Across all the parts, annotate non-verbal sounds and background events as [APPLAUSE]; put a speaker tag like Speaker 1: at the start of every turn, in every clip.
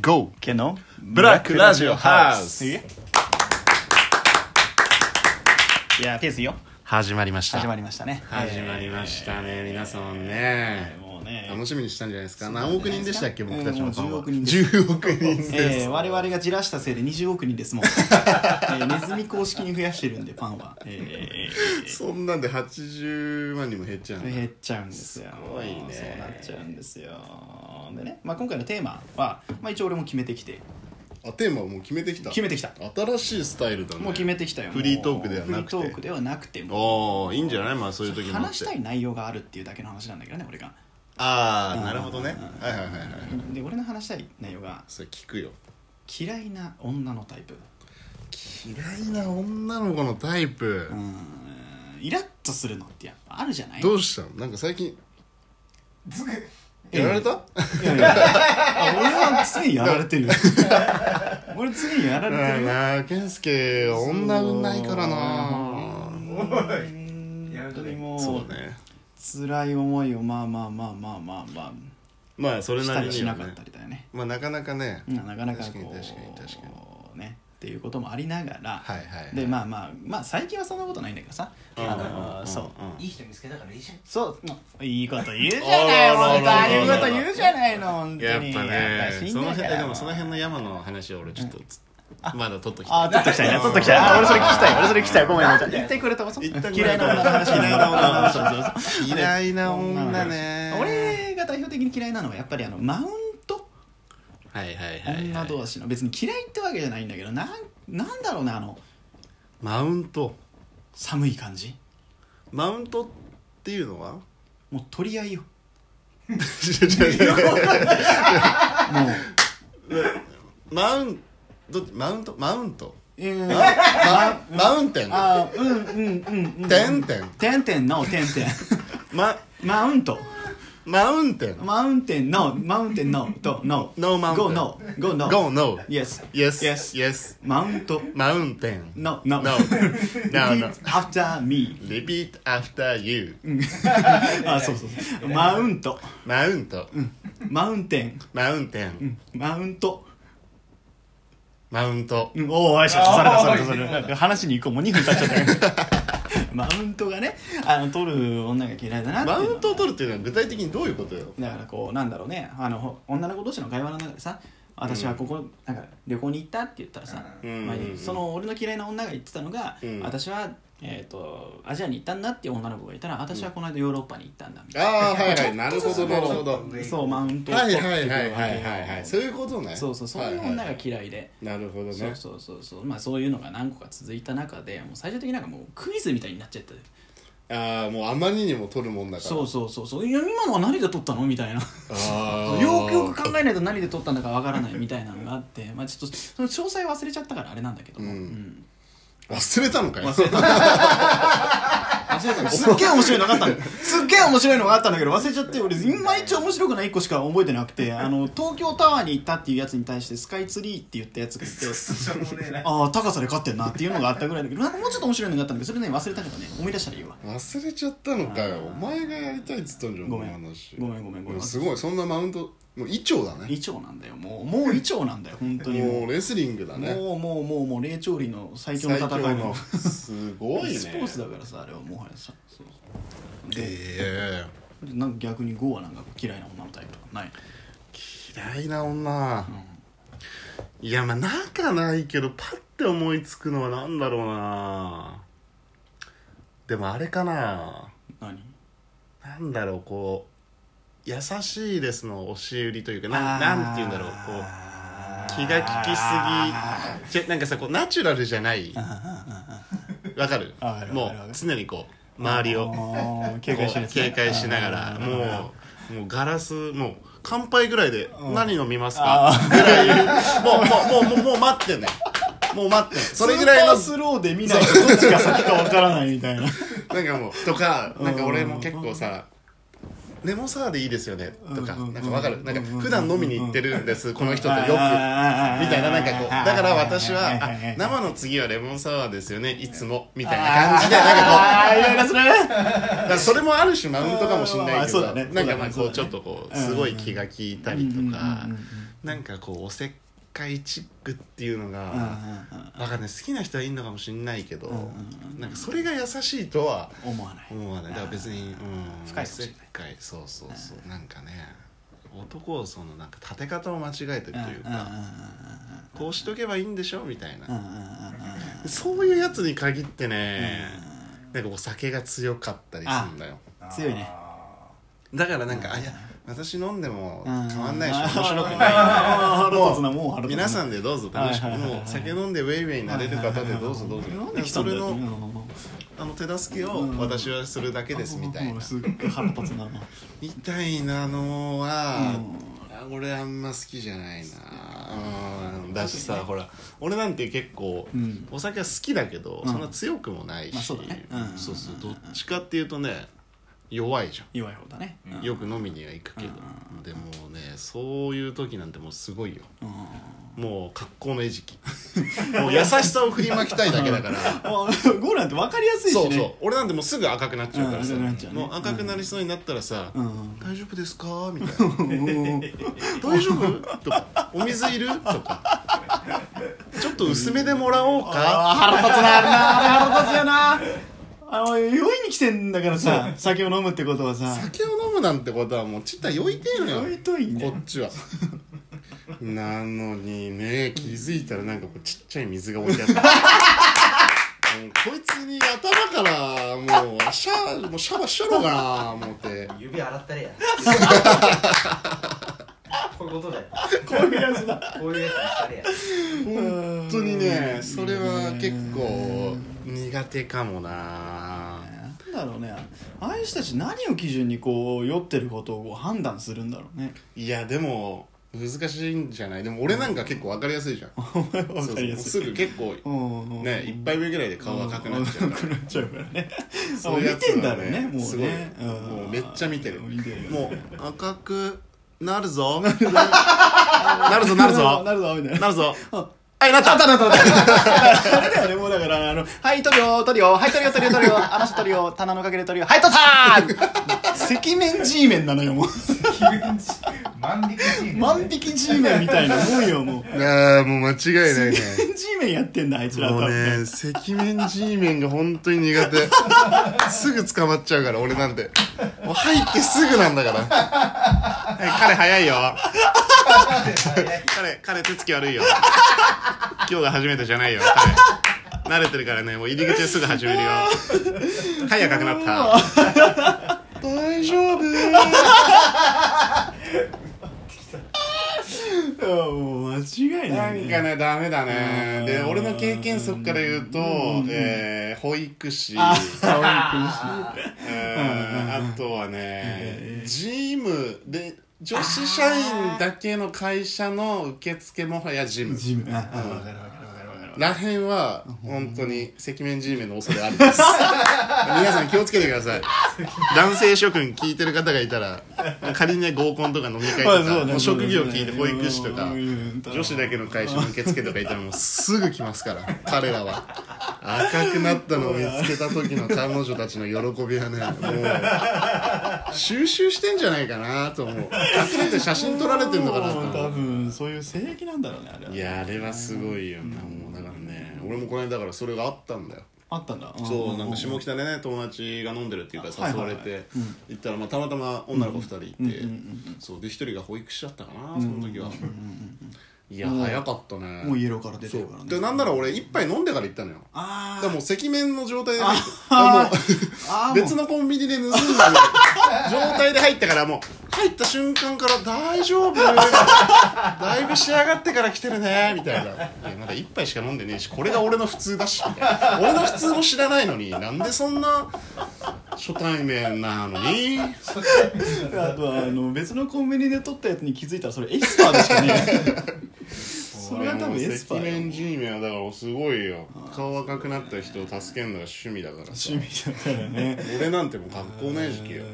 Speaker 1: GO!
Speaker 2: けの
Speaker 1: ブラックラジオハウス
Speaker 2: いやですよ
Speaker 1: 始まりました
Speaker 2: 始まりましたね
Speaker 3: 始まりましたね、皆さんね、
Speaker 2: もうね
Speaker 3: 楽しみにしたんじゃないですか何億人でしたっけ
Speaker 2: そう
Speaker 3: 僕
Speaker 2: なんじゃ
Speaker 3: た
Speaker 2: ない
Speaker 3: ち
Speaker 2: で
Speaker 3: の
Speaker 2: す
Speaker 3: フ
Speaker 2: か
Speaker 3: ァン
Speaker 2: うん
Speaker 3: は
Speaker 2: もう10億人です
Speaker 3: 10億人です、
Speaker 2: えー、我々がじらしたせいで20億人です
Speaker 3: [LAUGHS]
Speaker 2: もん、えー、ネズミ公式に増やしてるんでファンは、え
Speaker 3: そんなんで80万人も減っちゃう
Speaker 2: ー、
Speaker 3: んだ
Speaker 2: 減っちゃうんですよ
Speaker 3: すごいね
Speaker 2: そうなっちゃうんですよでね、まあ、今回のテーマは、まあ、一応俺も決めてきて
Speaker 3: あテーマはもう決めてきた
Speaker 2: 決めてきた
Speaker 3: 新しいスタイルだね
Speaker 2: もう決めてきたよ
Speaker 3: フリートークではなくて
Speaker 2: フリートークではなくても
Speaker 3: おーいいんじゃないまあそういう時もあって
Speaker 2: 話したい内容があるっていうだけの話なんだけどね俺が
Speaker 3: ああなるほどね
Speaker 2: うん
Speaker 3: はいはいはいはい
Speaker 2: で俺の話したい内容が
Speaker 3: それ聞くよ
Speaker 2: 嫌いな女のタイプ
Speaker 3: 嫌いな女の子のタイプ、
Speaker 2: うんイラッとするのってやっぱあるじゃない
Speaker 3: どうしたのなんか最近
Speaker 2: ええ
Speaker 3: やられた、
Speaker 2: いやいやあ俺は常にやられてる
Speaker 3: [LAUGHS]
Speaker 2: よ俺常にやられてるよ
Speaker 3: なあ健介女運ないから
Speaker 2: そ
Speaker 3: な
Speaker 2: うん本当にも
Speaker 3: そう
Speaker 2: う
Speaker 3: ね
Speaker 2: 辛い思いをまあまあまあまあまあま
Speaker 3: まあそ
Speaker 2: あ
Speaker 3: れ
Speaker 2: し
Speaker 3: な
Speaker 2: た
Speaker 3: り
Speaker 2: り
Speaker 3: に
Speaker 2: しな
Speaker 3: は
Speaker 2: かっ
Speaker 3: ね
Speaker 2: たりだよね
Speaker 3: まあなかなかね
Speaker 2: うんなかなか
Speaker 3: 確かに
Speaker 2: こ
Speaker 3: 確かに確かに
Speaker 2: うねっていうこともありながら
Speaker 3: はいはいはい
Speaker 2: でまあまあまあ最近はそんなことないんだけどさあのそう
Speaker 4: いい人見つけたからいいじゃ
Speaker 2: [LAUGHS]
Speaker 4: ん。
Speaker 2: そう、まあいいこと言うじゃない、
Speaker 3: あら
Speaker 2: 本当あ
Speaker 3: あ
Speaker 2: あい
Speaker 3: ら
Speaker 2: う
Speaker 3: あら
Speaker 2: こと言うじゃないの、本当に。
Speaker 3: やっぱねその辺でもその辺
Speaker 2: の。
Speaker 3: の山の話を俺ちょっとつまだ取っとき
Speaker 2: あ
Speaker 3: た
Speaker 2: ー、取っときたいな、取っときたい。あー、俺それ聞きたい、俺それ聞きたい、ごめん、ごめん言ってくれたもん、そう
Speaker 3: 言ってくれた
Speaker 2: 嫌いな女の話。
Speaker 3: 嫌いな女の話
Speaker 2: そうそうそう
Speaker 3: 嫌いな女ね
Speaker 2: 俺が代表的に嫌いなのは、やっぱりあの、マウント
Speaker 3: はいはいはいはい
Speaker 2: 女同士の、別に嫌いってわけじゃないんだけど、なん、なんだろうね、あの、
Speaker 3: マウント
Speaker 2: 寒い感じ。
Speaker 3: マウントっていうのは
Speaker 2: もう取り合い [LAUGHS] よ。
Speaker 3: 違う違う違う
Speaker 2: もう、
Speaker 3: マウンどっちマウントマウン
Speaker 2: [LAUGHS]
Speaker 3: ト
Speaker 2: えー
Speaker 3: ママウンテン
Speaker 2: あー、うん、うん、うん、うん。
Speaker 3: テンテン
Speaker 2: てんてんの、てんて [LAUGHS] ん。
Speaker 3: ま
Speaker 2: マウント。
Speaker 3: マウンテン
Speaker 2: マウンテンノーマウンテンノーとノー
Speaker 3: No mountain.
Speaker 2: Go no Go no
Speaker 3: Go no
Speaker 2: Yes
Speaker 3: Yes
Speaker 2: Yes
Speaker 3: Yes
Speaker 2: マウント
Speaker 3: マウンテン
Speaker 2: No No
Speaker 3: [LAUGHS] No No No
Speaker 2: Repeat after [LAUGHS] me
Speaker 3: Repeat after you
Speaker 2: あそうそうそうマウント
Speaker 3: マウント
Speaker 2: マウンテン
Speaker 3: マウンテン
Speaker 2: マウント
Speaker 3: マウント
Speaker 2: うんおおよしよしそれだそれだそれだ話に行こうもう2分経っちゃったよ [LAUGHS] マウントがねあの取る女が嫌いだなっていうの
Speaker 3: マ
Speaker 2: は
Speaker 3: ウントを取るっていうのは具体的にどういうことよ
Speaker 2: だからこうなんだろうねあのほ女の子同士の会話の中でさ私はここ、なんか旅行に行ったって言ったらさ、
Speaker 3: うん
Speaker 2: まあその俺の嫌いな女が言ってたのが、
Speaker 3: うん
Speaker 2: 私は、えー、とアジアに行ったんだっていう女の子がいたら私はこの間ヨーロッパに行ったんだみたい
Speaker 3: ああはいはいなるほどなるほど
Speaker 2: な、そうマウントを
Speaker 3: はい
Speaker 2: 取っ
Speaker 3: は
Speaker 2: てくる
Speaker 3: いはいはいはいはいそういうことね
Speaker 2: そうそうそういう女
Speaker 3: は
Speaker 2: が
Speaker 3: い
Speaker 2: 嫌いで、
Speaker 3: なるほどね
Speaker 2: そうそうそうそうまあそういうのが何個か続いた中でもう最終的になんかもうクイズみたいになっちゃったよ
Speaker 3: ああもうあまりにも取るもんだから
Speaker 2: そうそうそうそういや今のは何で取ったのみたいな
Speaker 3: ああ
Speaker 2: よくよく考えないと何で撮ったんだかわからないみたいなのがあ
Speaker 3: [LAUGHS]
Speaker 2: って、まあ、ちょっとその詳細忘れちゃったからあれなんだけども、
Speaker 3: うん
Speaker 2: うん
Speaker 3: 忘れたのかよ [LAUGHS]
Speaker 2: 忘れたのすっげえ面白いのがあ
Speaker 3: [LAUGHS]
Speaker 2: ったのすっげえ面白いのがあったんだけど忘れちゃって俺いまいち面白くない1個しか覚えてなくてあの東京タワーに行ったっていうやつに対してスカイツリーって言ったやつが
Speaker 3: [LAUGHS]
Speaker 2: いて
Speaker 4: しょうもねえな。
Speaker 2: ああ高さで勝ってんなっていうのがあったぐらいだけどなんかもうちょっと面白いのがあったんだけどそれね忘れたけどね思い出したらいい
Speaker 3: [LAUGHS]
Speaker 2: わ
Speaker 3: 忘れちゃったのかよお前がやりたいっつったんじゃん
Speaker 2: ごめん
Speaker 3: この話
Speaker 2: ごめんごめんごめん
Speaker 3: すごいそんなマウントもう一丁だね
Speaker 2: 伊調なんだよもうもう伊調なんだよ本当にもう
Speaker 3: もうレスリングだね
Speaker 2: もうもうもうもう霊長類の最強の
Speaker 3: 最
Speaker 2: 戦
Speaker 3: 強
Speaker 2: い
Speaker 3: の
Speaker 2: の
Speaker 3: すごいね
Speaker 2: スポーツだからさあれはもはやさそう
Speaker 3: え
Speaker 2: でなんか逆にゴはなんか嫌いな女のタイプとかない
Speaker 3: え嫌いな女、いやまあなんかないけどパッて思いつくのはなんだろうなでもあれかな
Speaker 2: 何
Speaker 3: なんだろうこう「優しいです」の押し売りというかななんて言うんだろうこう気が利きすぎじゃなんかさこうナチュラルじゃないわかる
Speaker 2: あわかる
Speaker 3: も
Speaker 2: わかる
Speaker 3: う常にこう周りを
Speaker 2: を
Speaker 3: こう警戒しながらもうもうガラスもう乾杯ぐらいで「何飲みますか?」ぐらいもうもうもうもうもう待ってねもう待ってねそ
Speaker 2: そ
Speaker 3: れ
Speaker 2: れ
Speaker 3: ぐ
Speaker 2: ぐ
Speaker 3: ら
Speaker 2: ら
Speaker 3: い
Speaker 2: い
Speaker 3: の
Speaker 2: のスローで見ないとどっちが先かわからないみたいな
Speaker 3: なんかもうとかなんか俺も結構さレモンサワーでいいですよねとか
Speaker 2: うんうん
Speaker 3: なんかわかるなんか普段飲みに行ってるんですこの人とよくみ
Speaker 2: あー
Speaker 3: たいななんかこうだから私
Speaker 2: は
Speaker 3: は
Speaker 2: は
Speaker 3: い
Speaker 2: いはいはい
Speaker 3: あ生の次はレモンサワーですよねいつもみたいな感じでなんかこう
Speaker 2: ああイライラする
Speaker 3: だからそれもある種マウントかもしれないけ
Speaker 2: あーまあまあそう
Speaker 3: ど
Speaker 2: だね
Speaker 3: なんかまあ
Speaker 2: そうだね
Speaker 3: こうちょっとこうすごい気が利いたりとかなんかこうおせっかいチックっていうの
Speaker 2: うんうん
Speaker 3: が、わかんない好きな人はいいのかもしれないけど、
Speaker 2: うんうんうん
Speaker 3: なんかそれが優しいとは
Speaker 2: うん思わない
Speaker 3: 思わないだから別に、うん、
Speaker 2: 深いかもしれない
Speaker 3: おせっかいそうそうそう、なんかね男をそのなんか立て方を間違えてるというか、こうしとけばいいんでしょみたいな、
Speaker 2: うんうんうんうんうんうんうん
Speaker 3: そういうやつに限ってね、なんかお酒が強かったりするんだよ
Speaker 2: 強いね
Speaker 3: だからなんか、あいや私飲んでも変わんないし、
Speaker 2: うん
Speaker 3: 面白くない
Speaker 2: あー腹立つなもう腹立つな
Speaker 3: [LAUGHS] 皆さんでどうぞ楽しく、
Speaker 2: はいはいはいはい
Speaker 3: もう酒飲んでウェイウェイになれる方でどうぞどうぞ、
Speaker 2: なんで来た
Speaker 3: そ
Speaker 2: んだ
Speaker 3: れ
Speaker 2: よ
Speaker 3: のあの手助けを私はするだけですみたいな、
Speaker 2: うんすっごい腹立つな
Speaker 3: みたいなのは、
Speaker 2: う
Speaker 3: 俺あんま好きじゃないな、うん、だしさほら俺なんて結構、
Speaker 2: うん
Speaker 3: お酒は好きだけど、
Speaker 2: うん
Speaker 3: そんな強くもないし、
Speaker 2: まあそうだねうん
Speaker 3: そうそうどっちかっていうとね弱いじゃ
Speaker 2: 弱い方だねうん
Speaker 3: んよく飲みには行くけど、でもねそういう時なんてもうすごいよ
Speaker 2: うん
Speaker 3: もう格好の餌食 [LAUGHS] もう優しさを振りまきたいだけだ
Speaker 2: [LAUGHS]
Speaker 3: から
Speaker 2: あゴールなんて分かりやすいし
Speaker 3: そ
Speaker 2: ね
Speaker 3: うそう俺なんてもうすぐ赤くなっちゃうからさ、
Speaker 2: うん赤くなっちゃうね
Speaker 3: もう赤くなりそうになったらさ「
Speaker 2: うん
Speaker 3: 大丈夫ですか?」みたいな
Speaker 2: うん
Speaker 3: 「大丈夫?」とか「お水いる?」とか「ちょっと薄めでもらおうか?」
Speaker 2: あー腹立つなあれなあれ腹立つよなあの酔いに来てんだからさ酒を飲むってことはさ
Speaker 3: 酒を飲むなんてことはもうちった酔いてえのよ
Speaker 2: 酔いといんだよ
Speaker 3: こっちはなのにね気づいたらなんかこうちっちゃい水が置いてあったもうこいつに頭からもうシャもうシャバしちゃろうかな思って
Speaker 4: 指洗った
Speaker 2: [LAUGHS]
Speaker 4: れやこういうことだよ
Speaker 2: こういうやつだ
Speaker 4: こういうやつにし
Speaker 2: [LAUGHS]
Speaker 4: たれや
Speaker 3: 本当にねそれは結構苦手かもな
Speaker 2: なんだろうねああいう人たち何を基準にこう酔ってることをこう判断するんだろうね
Speaker 3: いやでも難しいんじゃないでも俺なんか結構分かりやす
Speaker 2: [LAUGHS]
Speaker 3: いじゃん
Speaker 2: 分かりや
Speaker 3: [LAUGHS] そ
Speaker 2: す
Speaker 3: うそうもうすぐ結構
Speaker 2: い
Speaker 3: ね一杯目ぐらいで顔赤くなっちゃうから
Speaker 2: なっちゃうからね
Speaker 3: そういうや
Speaker 2: 見
Speaker 3: つは
Speaker 2: てんだろうねも
Speaker 3: す
Speaker 2: う
Speaker 3: ごい
Speaker 2: ね
Speaker 3: もうめっちゃ見てる
Speaker 2: 見てる
Speaker 3: もう赤くな
Speaker 2: [LAUGHS]
Speaker 3: るぞなるぞなるぞ
Speaker 2: なるぞみたいな
Speaker 3: なるぞ
Speaker 2: あ
Speaker 3: はいなった
Speaker 2: ただただ
Speaker 3: [LAUGHS]
Speaker 2: あれだよねもうだからあの「はい取るよ取るよはい取るよ取るよ取るよあの人取るよ棚の陰で取るよはい取ったー!」赤面 G メンなのよもう
Speaker 4: 万引き人
Speaker 2: 万引き G メンみたいなもんよもう
Speaker 3: ああもう間違いないね
Speaker 2: G メンやってんだあいつら多
Speaker 3: もう
Speaker 2: 分ね
Speaker 3: ね赤面 G 面が本当に苦手 [LAUGHS] すぐ捕まっちゃうから俺なんてもう入ってすぐなんだから、はい、彼早いよ彼彼手つき悪いよ今日が初めてじゃないよ彼慣れてるからねもう入り口ですぐ始めるよはい赤くなった大丈夫
Speaker 2: もう間違い
Speaker 3: な
Speaker 2: ない
Speaker 3: ん
Speaker 2: ね
Speaker 3: かねダメだねで
Speaker 2: うん
Speaker 3: 俺の経験則から言うと、えー保育士
Speaker 2: あ
Speaker 3: あとはね、ジムで女子社員だけの会社の受付もはやジム
Speaker 2: G メンああ分かる分かる分かる分かる
Speaker 3: らへんは本当に赤面 G メンの恐れあるんです [LAUGHS] 皆さん気をつけてください男性諸君聞いてる方がいたら仮にね合コンとか飲み会と
Speaker 2: まあ
Speaker 3: か、
Speaker 2: そうね
Speaker 3: もう職業聞いて保育士とか
Speaker 2: うんうん
Speaker 3: 女子だけの会社の受付とかいたらもうすぐ来ますから [LAUGHS] 彼らは赤くなったのを見つけた時の彼女たちの喜びはねもう収集してんじゃないかなと思う赤くなって写真撮られてんのかなと
Speaker 2: もう
Speaker 3: 思
Speaker 2: 多
Speaker 3: う
Speaker 2: 分そういう性癖なんだろうねあれはい
Speaker 3: やあれはすごいよなもうだからね俺もこの間だからそれがあったんだよ
Speaker 2: あったんだ
Speaker 3: そうなんか
Speaker 2: う
Speaker 3: 下北でね友達が飲んでるっていうから
Speaker 2: はい
Speaker 3: 誘
Speaker 2: はい
Speaker 3: わ
Speaker 2: はい
Speaker 3: れて行ったらまあたまたま女の子2人いてそうで1人が保育士だったかなその時はいや早かったね
Speaker 2: もうイエローから出て
Speaker 3: そ
Speaker 2: るから
Speaker 3: う
Speaker 2: ね
Speaker 3: でなんなら俺一杯飲んでから行ったのよだ
Speaker 2: あ
Speaker 3: からもう赤面の状態で入って
Speaker 2: あ
Speaker 3: も
Speaker 2: あーもう
Speaker 3: う別のコンビニで盗んだ状態で入ったからもう入った瞬間から「大丈夫?」だいぶ仕上がってから来てるねみたいな「いやまだ一杯しか飲んでねえしこれが俺の普通だし」みたいな俺の普通も知らないのになんでそんな初対面なのに
Speaker 2: あとはあの別のコンビニで取ったやつに気づいたらそれエスパーでしかね [LAUGHS] それは多分エスパ
Speaker 3: 赤
Speaker 2: ーよ
Speaker 3: 面 G メンはだからすごいよ顔赤くなった人を助けるのが趣味だからさ
Speaker 2: 趣味だからね
Speaker 3: 俺なんてもう学校ない時期よ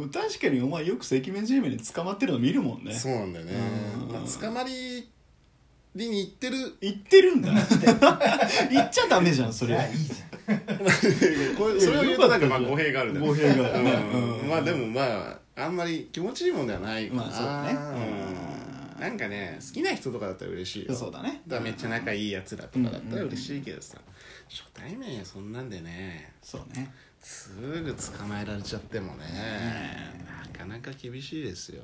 Speaker 2: うん [LAUGHS] 確かにお前よく赤面 G 面に捕まってるの見るもんね
Speaker 3: そうなんだよね、まあ、捕まりに行ってる
Speaker 2: 言ってるんだ言っちゃダメじゃんそ
Speaker 4: い
Speaker 2: れ
Speaker 4: やいいじ
Speaker 3: これそれを言うとなんかまあ語弊があるね
Speaker 2: 語弊があるね
Speaker 3: うん
Speaker 2: うん
Speaker 3: まあでもまああんまり気持ちいいもんではないかな
Speaker 2: まあそうだね
Speaker 3: うんなんかね好きな人とかだったら嬉しいよ
Speaker 2: そうだね
Speaker 3: だからめっちゃ仲いいやつらとかだったら嬉しいけどさ、初対面やそんなんでね
Speaker 2: そうね
Speaker 3: すぐ捕まえられちゃってもね、なかなか厳しいですよ、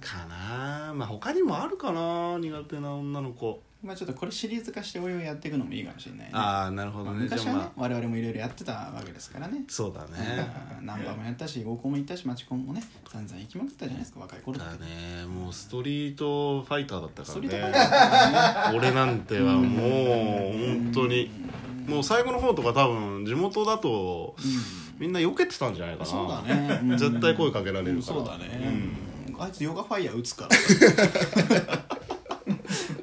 Speaker 3: かなあまあ他にもあるかな苦手な女の子
Speaker 2: まあちょっとこれシリーズ化しておいおいやっていくのもいいかもしれないね
Speaker 3: ああなるほ
Speaker 2: ま
Speaker 3: ど
Speaker 2: あ
Speaker 3: ね
Speaker 2: 昔はね
Speaker 3: じゃあまあ
Speaker 2: 我々もいろいろやってたわけですからね
Speaker 3: そうだね
Speaker 2: あーナンバーもやったし合コンも行ったし町コンもね散々行きまくったじゃないですか若い頃
Speaker 3: だ
Speaker 2: だって
Speaker 3: ねもうストリートファイターだった
Speaker 2: それ
Speaker 3: か
Speaker 2: と
Speaker 3: ら
Speaker 2: か
Speaker 3: ね
Speaker 2: ねあ
Speaker 3: 俺なんてはもう本当にもう最後の方とか多分地元だとみんな避けてたんじゃないかな
Speaker 2: そうだねうん
Speaker 3: 絶対声かけられるから
Speaker 2: そうだね
Speaker 3: うん
Speaker 2: あいつヨガファイヤー打つから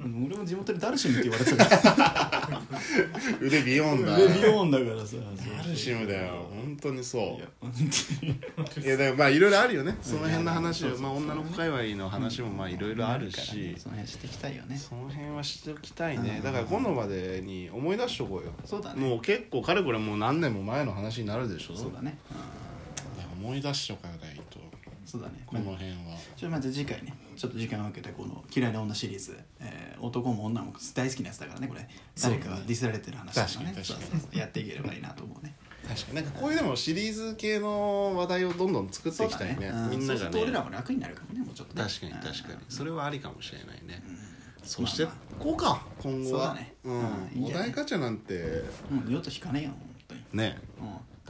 Speaker 3: [LAUGHS]
Speaker 2: うん俺も地元でダルシムって言われてたから
Speaker 3: 腕ビヨンだ
Speaker 2: レビオンだからさ
Speaker 3: ダルシムだよ本当に
Speaker 2: い
Speaker 3: そ
Speaker 2: や
Speaker 3: う
Speaker 2: 本当に
Speaker 3: いやだからまあいろいろあるよねその辺の話をまあ女の子界隈の話もまあいろいろあるし
Speaker 2: その辺していきたいよね
Speaker 3: その辺はしておきたいね
Speaker 2: うん
Speaker 3: だから今度までに思い出しとこうよ
Speaker 2: そうだね
Speaker 3: もう結構かれこれもう何年も前の話になるでしょ
Speaker 2: そうだねうん
Speaker 3: いや思い出しとかないと
Speaker 2: そうだね
Speaker 3: この辺は
Speaker 2: ちょっとまた次回ねちょっと時間を空けてこの「嫌いな女」シリーズ、えー男も女も大好きなやつだからねこれ誰かがディスられてる話とかね
Speaker 3: 確かに確かに
Speaker 2: そうそうそうやっていければいいなと思うね
Speaker 3: 確かになんかこういうでもシリーズ系の話題をどんどん作っていきたいね
Speaker 2: うん
Speaker 3: みんな
Speaker 2: そうす
Speaker 3: が
Speaker 2: ると
Speaker 3: ね
Speaker 2: 俺らも楽になるかもねもうちょっとね
Speaker 3: 確かに確かに
Speaker 2: うん
Speaker 3: それはありかもしれないねそ
Speaker 2: まあ
Speaker 3: してこうか今後
Speaker 2: そう
Speaker 3: は
Speaker 2: だねうん
Speaker 3: う
Speaker 2: いい
Speaker 3: ん
Speaker 2: ん
Speaker 3: お
Speaker 2: じゃない
Speaker 3: 題ガチャなんて
Speaker 2: うん二度と引かねえよ本当に
Speaker 3: ね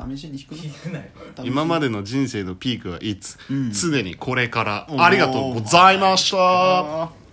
Speaker 2: うん試しに引く
Speaker 4: 聞くなよ
Speaker 2: の
Speaker 3: [LAUGHS] 今までの人生のピークはいつ
Speaker 2: うん
Speaker 3: 常にこれから
Speaker 2: おー
Speaker 3: ありがとうございました
Speaker 2: あー